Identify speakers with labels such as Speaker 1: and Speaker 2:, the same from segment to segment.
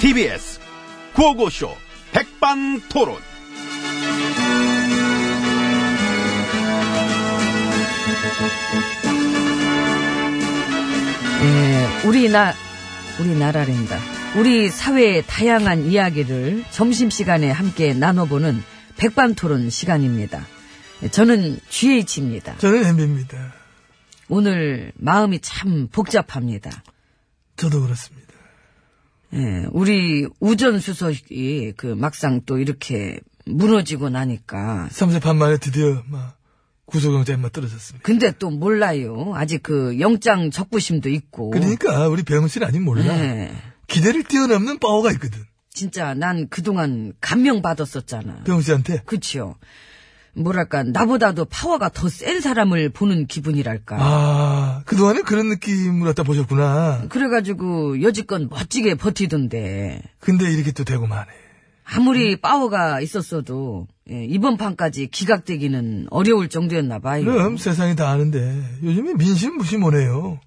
Speaker 1: TBS 구호고쇼 백반토론.
Speaker 2: 예, 우리나 우리나라랜다. 우리 사회의 다양한 이야기를 점심시간에 함께 나눠보는 백반토론 시간입니다. 저는 GH입니다.
Speaker 3: 저는 엠비입니다.
Speaker 2: 오늘 마음이 참 복잡합니다.
Speaker 3: 저도 그렇습니다.
Speaker 2: 예, 우리 우전수석이 그 막상 또 이렇게 무너지고 나니까
Speaker 3: 삼세판 만에 드디어 막 구속영장이 막 떨어졌습니다.
Speaker 2: 근데 또 몰라요. 아직 그 영장 적부심도 있고.
Speaker 3: 그러니까 우리 배영 씨는 아닌 몰라.
Speaker 2: 예,
Speaker 3: 기대를 뛰어넘는 파워가 있거든.
Speaker 2: 진짜 난 그동안 감명받았었잖아.
Speaker 3: 배영 씨한테.
Speaker 2: 그치요. 뭐랄까, 나보다도 파워가 더 센 사람을 보는 기분이랄까.
Speaker 3: 아, 그동안에 그런 느낌으로 갖다 보셨구나.
Speaker 2: 그래가지고 여지껏 멋지게 버티던데.
Speaker 3: 근데 이렇게 또 되고 마네.
Speaker 2: 아무리 파워가 있었어도, 예, 이번 판까지 기각되기는 어려울 정도였나 봐요.
Speaker 3: 그럼 세상이 다 아는데 요즘에 민심 무시 못해요.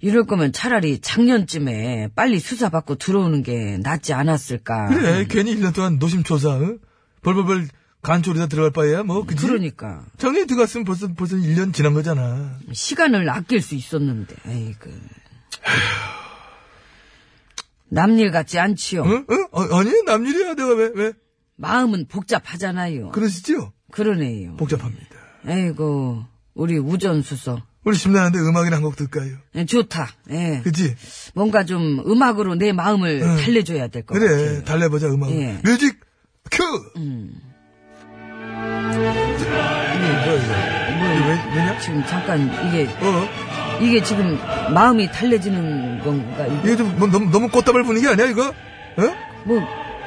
Speaker 2: 이럴 거면 차라리 작년쯤에 빨리 수사받고 들어오는 게 낫지 않았을까.
Speaker 3: 그래, 괜히 1년 동안 노심초사, 응? 벌벌벌 간초리다 들어갈 바에야 뭐, 그치?
Speaker 2: 그러니까.
Speaker 3: 정리 들어갔으면 벌써, 벌써 1년 지난 거잖아.
Speaker 2: 시간을 아낄 수 있었는데, 아이고. 남일 같지 않지요.
Speaker 3: 응? 응? 어, 아니, 남일이야. 내가 왜, 왜?
Speaker 2: 마음은 복잡하잖아요.
Speaker 3: 그러시지요?
Speaker 2: 그러네요.
Speaker 3: 복잡합니다.
Speaker 2: 아이고, 우리 우전수석.
Speaker 3: 우리 심란한데 음악이나 한 곡 들까요?
Speaker 2: 예, 좋다. 예.
Speaker 3: 그치?
Speaker 2: 뭔가 좀 음악으로 내 마음을
Speaker 3: 응.
Speaker 2: 달래줘야 될 것
Speaker 3: 그래,
Speaker 2: 같아요.
Speaker 3: 달래보자, 음악.
Speaker 2: 예. 음.
Speaker 3: 뮤직, 큐! 이게 뭐야, 이거? 이게 왜, 왜냐?
Speaker 2: 지금 잠깐 이게
Speaker 3: 어?
Speaker 2: 이게 지금 마음이 달래지는 건가? 이게
Speaker 3: 이게 좀, 뭐, 너무, 너무 꽃다발 분위기 아니야, 이거? 어?
Speaker 2: 뭐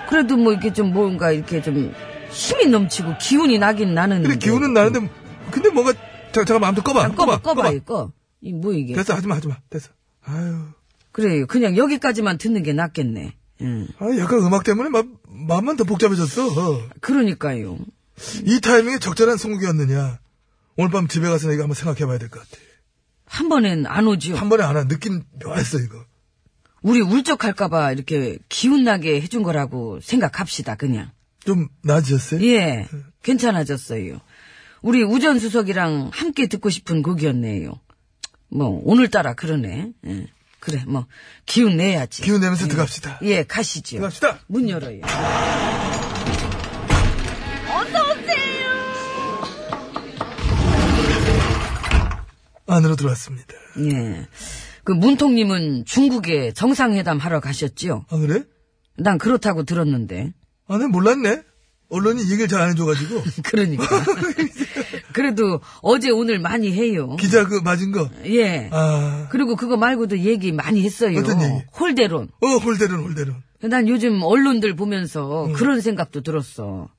Speaker 2: 그래도 뭐 이렇게 좀 뭔가 이렇게 좀 힘이 넘치고 기운이 나긴 나는.
Speaker 3: 근데 기운은 나는데, 근데 뭔가, 자, 잠깐 마음 좀 꺼봐.
Speaker 2: 아, 꺼봐, 꺼봐, 이거. 이뭐 이게?
Speaker 3: 됐어, 하지마, 하지마. 됐어. 아유.
Speaker 2: 그래요. 그냥 여기까지만 듣는 게 낫겠네. 음.
Speaker 3: 아, 약간 음악 때문에 마, 마음만 더 복잡해졌어. 어.
Speaker 2: 그러니까요.
Speaker 3: 이 타이밍에 적절한 선곡이었느냐. 오늘 밤 집에 가서 내가 한번 생각해봐야 될 것 같아.
Speaker 2: 한 번엔 안 오지요.
Speaker 3: 한 번에 안 한 느낌 묘했어, 이거.
Speaker 2: 우리 울적할까봐 이렇게 기운나게 해준 거라고 생각합시다, 그냥.
Speaker 3: 좀 나아지셨어요?
Speaker 2: 예, 괜찮아졌어요. 우리 우전 수석이랑 함께 듣고 싶은 곡이었네요. 뭐 오늘따라 그러네. 예, 그래, 뭐 기운 내야지.
Speaker 3: 기운 내면서 들어갑시다.
Speaker 2: 예, 가시죠.
Speaker 3: 들어갑시다.
Speaker 2: 문 열어요.
Speaker 3: 안으로 들어왔습니다.
Speaker 2: 예, 그 문통님은 중국에 정상회담 하러 가셨지요.
Speaker 3: 아, 그래?
Speaker 2: 난 그렇다고 들었는데.
Speaker 3: 아, 난 몰랐네. 언론이 얘기를 잘 안 해줘가지고.
Speaker 2: 그러니까. 그래도 어제 오늘 많이 해요.
Speaker 3: 기자 그 맞은 거.
Speaker 2: 예.
Speaker 3: 아.
Speaker 2: 그리고 그거 말고도 얘기 많이 했어요.
Speaker 3: 어떤 얘기?
Speaker 2: 홀대론.
Speaker 3: 어, 홀대론, 홀대론.
Speaker 2: 난 요즘 언론들
Speaker 3: 음.
Speaker 2: 보면서 그런 생각도 들었어.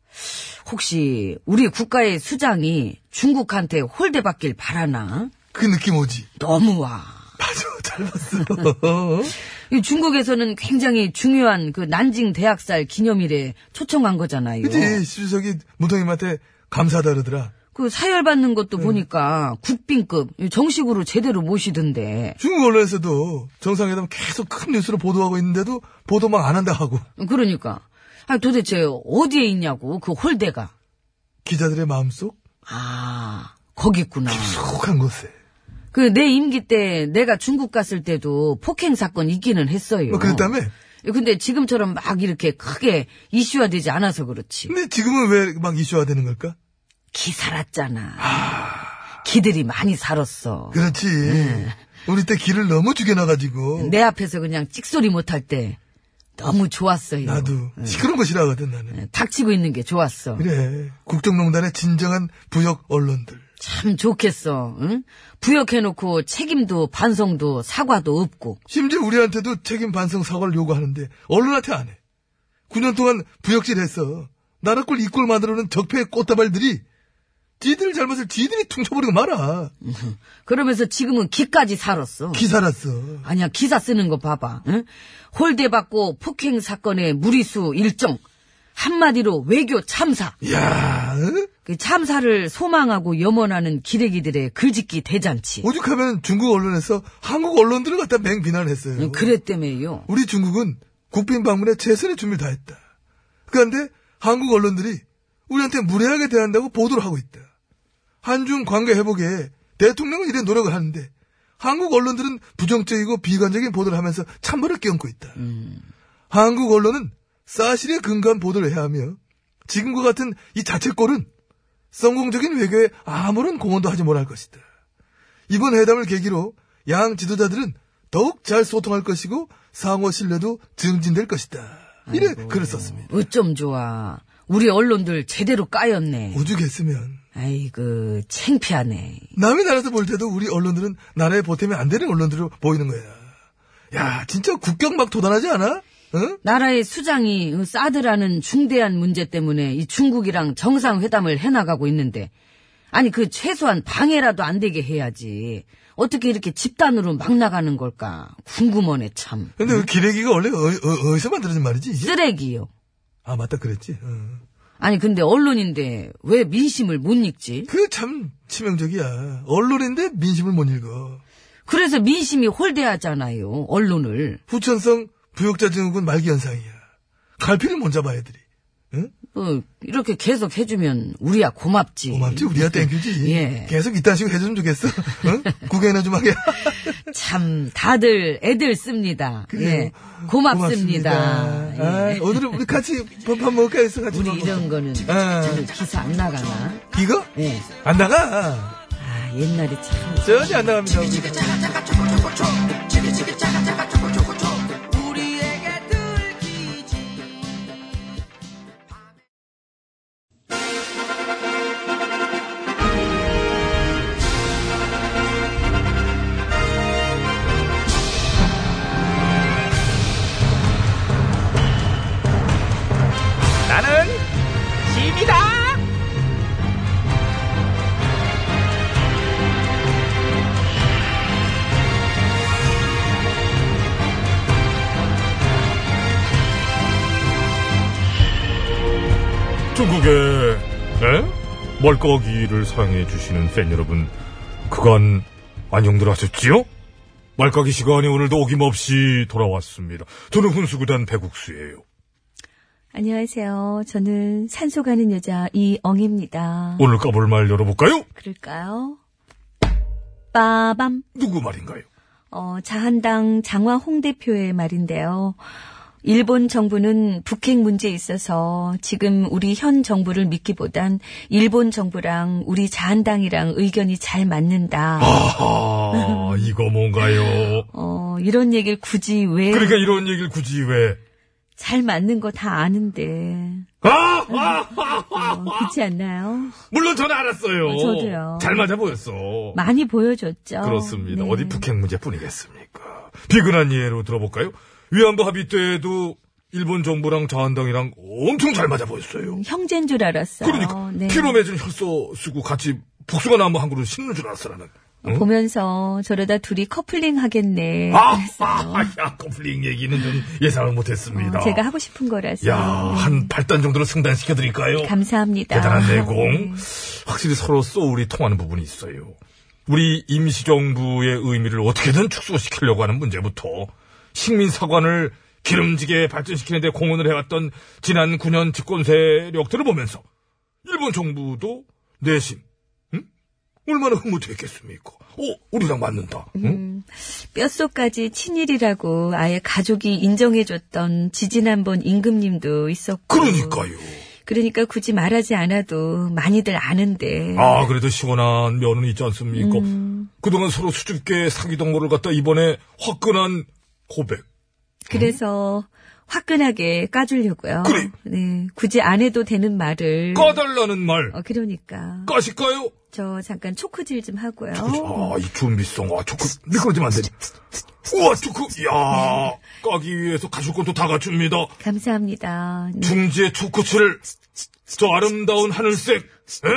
Speaker 2: 혹시 우리 국가의 수장이 중국한테 홀대받길 바라나?
Speaker 3: 그 느낌 오지?
Speaker 2: 너무 와.
Speaker 3: 맞아, 잘 봤어.
Speaker 2: 이 중국에서는 굉장히 중요한 그 난징 대학살 기념일에 초청한 거잖아요.
Speaker 3: 그치? 시주석이 문통님한테 감사하다 그러더라.
Speaker 2: 그 사열받는
Speaker 3: 음.
Speaker 2: 것도 보니까 국빈급 정식으로 제대로 모시던데.
Speaker 3: 중국 언론에서도 정상회담 계속 큰 뉴스로 보도하고 있는데도 보도 막 안 한다 하고
Speaker 2: 그러니까. 아 도대체 어디에 있냐고 그 홀대가.
Speaker 3: 기자들의 마음속
Speaker 2: 아 거기 있구나.
Speaker 3: 푹한 곳에
Speaker 2: 그 내 임기 때 내가 중국 갔을 때도 폭행 사건 있기는 했어요.
Speaker 3: 뭐 그랬다며?
Speaker 2: 근데 지금처럼 막 이렇게 크게 이슈화되지 않아서 그렇지.
Speaker 3: 근데 지금은 왜 막 이슈화 되는 걸까?
Speaker 2: 기 살았잖아. 기들이 많이 살았어.
Speaker 3: 그렇지 우리 때 길을 너무 죽여놔가지고
Speaker 2: 내 앞에서 그냥 찍소리 못할 때 너무 좋았어요.
Speaker 3: 나도 시끄러운 거 싫어하거든
Speaker 2: 네.
Speaker 3: 나는
Speaker 2: 닥치고 있는 게 좋았어.
Speaker 3: 그래 국정농단의 진정한 부역 언론들
Speaker 2: 참 좋겠어. 응? 부역해놓고 책임도 반성도 사과도 없고.
Speaker 3: 심지어 우리한테도 책임 반성 사과를 요구하는데 언론한테 안 해. 9년 동안 부역질 했어. 나라꼴 이꼴 만들어는 적폐의 꽃다발들이 지들 잘못을 지들이 퉁쳐버리고 말아.
Speaker 2: 그러면서 지금은 기까지 살았어.
Speaker 3: 기사났어.
Speaker 2: 아니야 기사 쓰는 거 봐봐. 응? 홀대 받고 폭행 사건의 무리수 일정 한마디로 외교 참사.
Speaker 3: 이야, 어? 응?
Speaker 2: 그 참사를 소망하고 염원하는 기레기들의 글짓기 대잔치. 음,
Speaker 3: 오죽하면 중국 언론에서 한국 언론들을 갖다 맹비난했어요.
Speaker 2: 그랬다며요.
Speaker 3: 우리 중국은 국빈 방문에 최선의 준비를 다했다. 그런데 한국 언론들이 우리한테 무례하게 대한다고 보도를 하고 있다. 한중 관계 회복에 대통령은 이래 노력을 하는데 한국 언론들은 부정적이고 비관적인 보도를 하면서 찬물을 끼얹고 있다. 한국 언론은 사실에 근거한 보도를 해야 하며 지금과 같은 이 자책골은 성공적인 외교에 아무런 공헌도 하지 못할 것이다. 이번 회담을 계기로 양 지도자들은 더욱 잘 소통할 것이고 상호 신뢰도 증진될 것이다. 이래 글을 썼습니다.
Speaker 2: 어쩜 좋아. 우리 언론들 제대로 까였네.
Speaker 3: 오죽했으면
Speaker 2: 아이고, 창피하네.
Speaker 3: 남의 나라에서 볼 때도 우리 언론들은 나라에 보탬이 안 되는 언론들로 보이는 거야. 야, 진짜 국격 막 도단하지 않아? 응?
Speaker 2: 나라의 수장이 사드라는 중대한 문제 때문에 이 중국이랑 정상회담을 해나가고 있는데, 아니, 그 최소한 방해라도 안 되게 해야지. 어떻게 이렇게 집단으로 막 나가는 걸까? 궁금하네, 참.
Speaker 3: 근데 그 기레기가 원래 어, 디서 만들어진 말이지? 이게?
Speaker 2: 쓰레기요.
Speaker 3: 아, 맞다, 그랬지. 응.
Speaker 2: 아니, 근데 언론인데 왜 민심을 못 읽지?
Speaker 3: 그참 치명적이야. 언론인데 민심을 못 읽어.
Speaker 2: 그래서 민심이 홀대하잖아요, 언론을.
Speaker 3: 후천성 부역자 증후군 말기 현상이야. 갈피를 못 잡아, 애들이. 응?
Speaker 2: 어, 이렇게 계속 해주면 우리야 고맙지.
Speaker 3: 고맙지? 우리야 땡큐지.
Speaker 2: 예.
Speaker 3: 계속 이딴 식으로 해주면 좋겠어. 응? 구경이나 좀 하게.
Speaker 2: 참, 다들 애들 씁니다.
Speaker 3: 그래요.
Speaker 2: 예. 고맙습니다.
Speaker 3: 아,
Speaker 2: 예.
Speaker 3: 오늘은 우리 같이 밥밥 먹을까 해서 같이
Speaker 2: 우리
Speaker 3: 밥
Speaker 2: 이런 거는
Speaker 3: 아.
Speaker 2: 참 기사 안 나가나?
Speaker 3: 먹- 이거?
Speaker 2: 예.
Speaker 3: 안 나가.
Speaker 2: 아, 옛날에 참.
Speaker 3: 전혀 안 나갑니다. 우리.
Speaker 1: 나는 짐이다.
Speaker 4: 중국의 에? 말까기를 사랑해 주시는 팬 여러분, 그간 안녕들 하셨지요? 말까기 시간이 오늘도 어김없이 돌아왔습니다. 저는 훈수구단 배국수예요.
Speaker 5: 안녕하세요. 저는 산소 가는 여자 이엉입니다.
Speaker 4: 오늘 까볼 말 열어볼까요?
Speaker 5: 그럴까요? 빠밤.
Speaker 4: 누구 말인가요?
Speaker 5: 어, 자한당 장화 홍 대표의 말인데요. 일본 정부는 북핵 문제에 있어서 지금 우리 현 정부를 믿기보단 일본 정부랑 우리 자한당이랑 의견이 잘 맞는다.
Speaker 4: 아하, 이거 뭔가요?
Speaker 5: 어, 이런 얘기를 굳이 왜 잘
Speaker 4: 그러니까 이런 얘기를 굳이 왜?
Speaker 5: 맞는 거 다 아는데.
Speaker 4: 아! 아! 아!
Speaker 5: 어, 그렇지 않나요?
Speaker 4: 물론 저는 알았어요.
Speaker 5: 어, 저도요.
Speaker 4: 잘 맞아 보였어.
Speaker 5: 많이 보여줬죠.
Speaker 4: 그렇습니다.
Speaker 5: 네.
Speaker 4: 어디 북핵 문제뿐이겠습니까? 비근한 예로 들어볼까요? 위안부 합의 때에도 일본 정부랑 자한당이랑 엄청 잘 맞아 보였어요.
Speaker 5: 형제인 줄 알았어요.
Speaker 4: 그러니까
Speaker 5: 네.
Speaker 4: 피로 맺은 혈서 쓰고 같이 복숭아 나무 한 그루 심는 줄 알았어라는. 응?
Speaker 5: 보면서 저러다 둘이 커플링 하겠네.
Speaker 4: 아,
Speaker 5: 그랬어요.
Speaker 4: 아, 야, 커플링 얘기는 좀 예상을 못했습니다.
Speaker 5: 어, 제가 하고 싶은 거라서.
Speaker 4: 아, 야,
Speaker 5: 네.
Speaker 4: 한 8단 정도로 승단시켜드릴까요?
Speaker 5: 감사합니다.
Speaker 2: 아.
Speaker 4: 대단한 내공.
Speaker 5: 네.
Speaker 4: 확실히 서로 소울이 통하는 부분이 있어요. 우리 임시정부의 의미를 어떻게든 축소시키려고 하는 문제부터 식민사관을 기름지게 발전시키는데 공헌을 해왔던 지난 9년 집권 세력들을 보면서 일본 정부도 내심 응? 얼마나 흐뭇했겠습니까? 어, 우리랑 맞는다. 응?
Speaker 5: 뼛속까지 친일이라고 아예 가족이 인정해줬던 지진 한 번 임금님도 있었고.
Speaker 4: 그러니까요.
Speaker 5: 그러니까 굳이 말하지 않아도 많이들 아는데.
Speaker 4: 아, 그래도 시원한 면은 있지 않습니까? 그동안 서로 수줍게 사귀던 거를 갖다 이번에 화끈한 고백.
Speaker 5: 그래서 화끈하게 까주려고요.
Speaker 4: 그래.
Speaker 5: 네, 굳이 안 해도 되는 말을.
Speaker 4: 까달라는 음. 말.
Speaker 5: 어, 그러니까.
Speaker 4: 까실까요?
Speaker 5: 저 잠깐 초크질 좀 하고요.
Speaker 4: 아, 이 준비성. 아, 초크. 미끄러지면 안 되지. 우와, 초크. 야 까기 위해서 가실 것도 다 갖춥니다.
Speaker 5: 감사합니다. 네,
Speaker 4: 중지의 초코치를. 저 아름다운 하늘색. 에?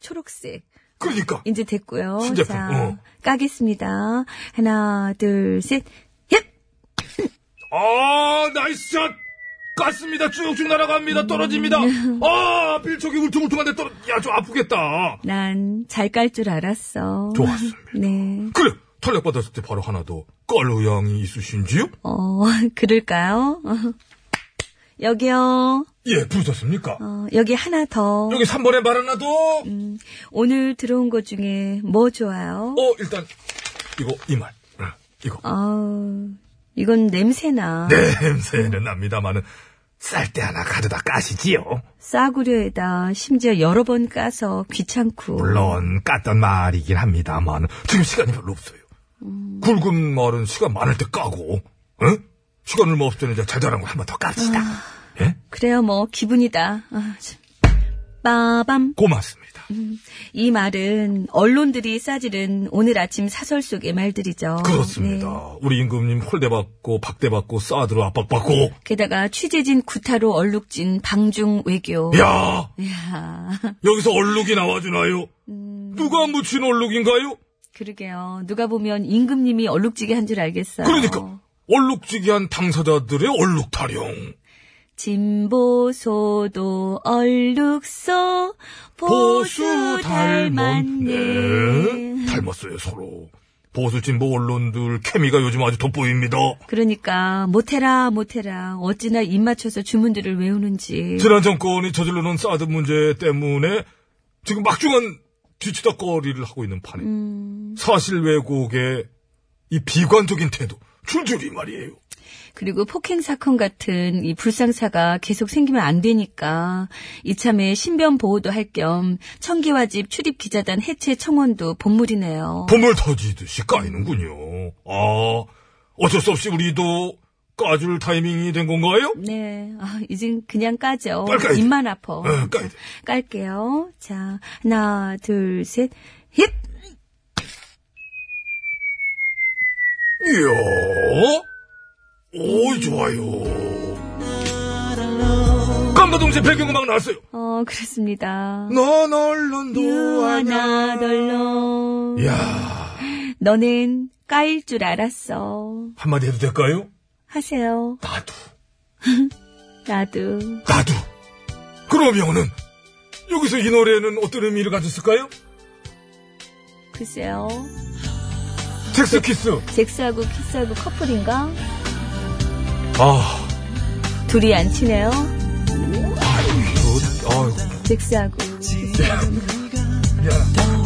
Speaker 5: 초록색.
Speaker 4: 그러니까.
Speaker 5: 이제 됐고요.
Speaker 4: 신제품,
Speaker 5: 자,
Speaker 4: 어.
Speaker 5: 까겠습니다. 하나, 둘, 셋. 얍!
Speaker 4: 아, 나이스 샷! 깠습니다. 쭉쭉 날아갑니다. 떨어집니다. 아, 필촉이 울퉁울퉁한데 떨어, 야, 좀 아프겠다.
Speaker 5: 난 잘 깔 줄 알았어.
Speaker 4: 좋았습니다.
Speaker 5: 네.
Speaker 4: 그래! 탄력 받았을 때 바로 하나 더. 깔 의향이 있으신지요?
Speaker 2: 어, 그럴까요? 여기요.
Speaker 4: 예, 부르셨습니까?
Speaker 2: 어, 여기 하나 더.
Speaker 4: 여기 3번에 말하나도,
Speaker 2: 오늘 들어온 것 중에 뭐 좋아요?
Speaker 4: 어, 일단, 이거, 이 말. 응, 이거.
Speaker 2: 어. 아우, 이건 냄새나.
Speaker 4: 네. 냄새는 납니다만은, 쌀때 하나 가져다 까시지요.
Speaker 2: 싸구려에다 심지어 여러 번 까서 귀찮고.
Speaker 4: 물론, 깠던 말이긴 합니다만, 지금 시간이 별로 없어요. 굵은 말은 시간 많을 때 까고, 응? 시간을 뭐 없애는 이제 자잘한 거 한 번 더 깝시다. 예?
Speaker 2: 그래요, 뭐, 기분이다. 아, 참. 빠밤.
Speaker 4: 고맙습니다.
Speaker 2: 이 말은 언론들이 싸질은 오늘 아침 사설 속의 말들이죠.
Speaker 4: 그렇습니다.
Speaker 2: 네.
Speaker 4: 우리 임금님 홀대받고, 박대받고, 사드로 압박받고,
Speaker 2: 음. 게다가 취재진 구타로 얼룩진 방중 외교.
Speaker 4: 예. 야
Speaker 2: 네. 이야,
Speaker 4: 여기서 얼룩이 나와주나요? 누가 묻힌 얼룩인가요?
Speaker 2: 그러게요. 누가 보면 임금님이 얼룩지게 한 줄 알겠어요.
Speaker 4: 그러니까 얼룩지기한 당사자들의 얼룩 타령.
Speaker 2: 진보소도 얼룩소 보수
Speaker 4: 예.
Speaker 2: 닮았네.
Speaker 4: 닮았어요 서로. 보수 진보 뭐 언론들 케미가 요즘 아주 돋보입니다.
Speaker 2: 그러니까 못해라 못해라 어찌나 입 맞춰서 주문들을 외우는지.
Speaker 4: 지난 정권이 저질러 놓은 사드 문제 때문에 지금 막중한 뒤치다거리를 하고 있는 판에
Speaker 2: 음.
Speaker 4: 사실 왜곡에 이 비관적인 태도 줄줄이 말이에요.
Speaker 2: 그리고 폭행 사건 같은 이 불상사가 계속 생기면 안 되니까 이참에 신변 보호도 할 겸 청기화집 출입 기자단 해체 청원도 본물이네요.
Speaker 4: 봄을 터지듯이 까이는군요. 아 어쩔 수 없이 우리도 까줄 타이밍이 된 건가요?
Speaker 2: 네, 아, 이젠 그냥 까죠.
Speaker 4: 빨리 까야 돼.
Speaker 2: 입만 아파.
Speaker 4: 어, 까야 돼.
Speaker 2: 깔게요. 자, 하나, 둘, 셋, 힙!
Speaker 4: 이야, 예? 오 좋아요. 깜바동체 배경음악 나왔어요.
Speaker 2: 어, 그렇습니다.
Speaker 4: 넌 언론도
Speaker 2: 유아나덜로
Speaker 4: 예. 이야,
Speaker 2: 너는 까일 줄 알았어.
Speaker 4: 한마디 해도 될까요?
Speaker 2: 하세요.
Speaker 4: 나도,
Speaker 2: 나도.
Speaker 4: 나도. 그러면은 여기서 이 노래는 어떤 의미를 가졌을까요?
Speaker 2: 글쎄요.
Speaker 4: 섹스 키스.
Speaker 2: 잭스하고 키스하고 커플인가?
Speaker 4: 아,
Speaker 2: 둘이 안 친해요?
Speaker 4: 이거, 아이고.
Speaker 2: 어, 잭스하고 키스하고.
Speaker 4: 미안.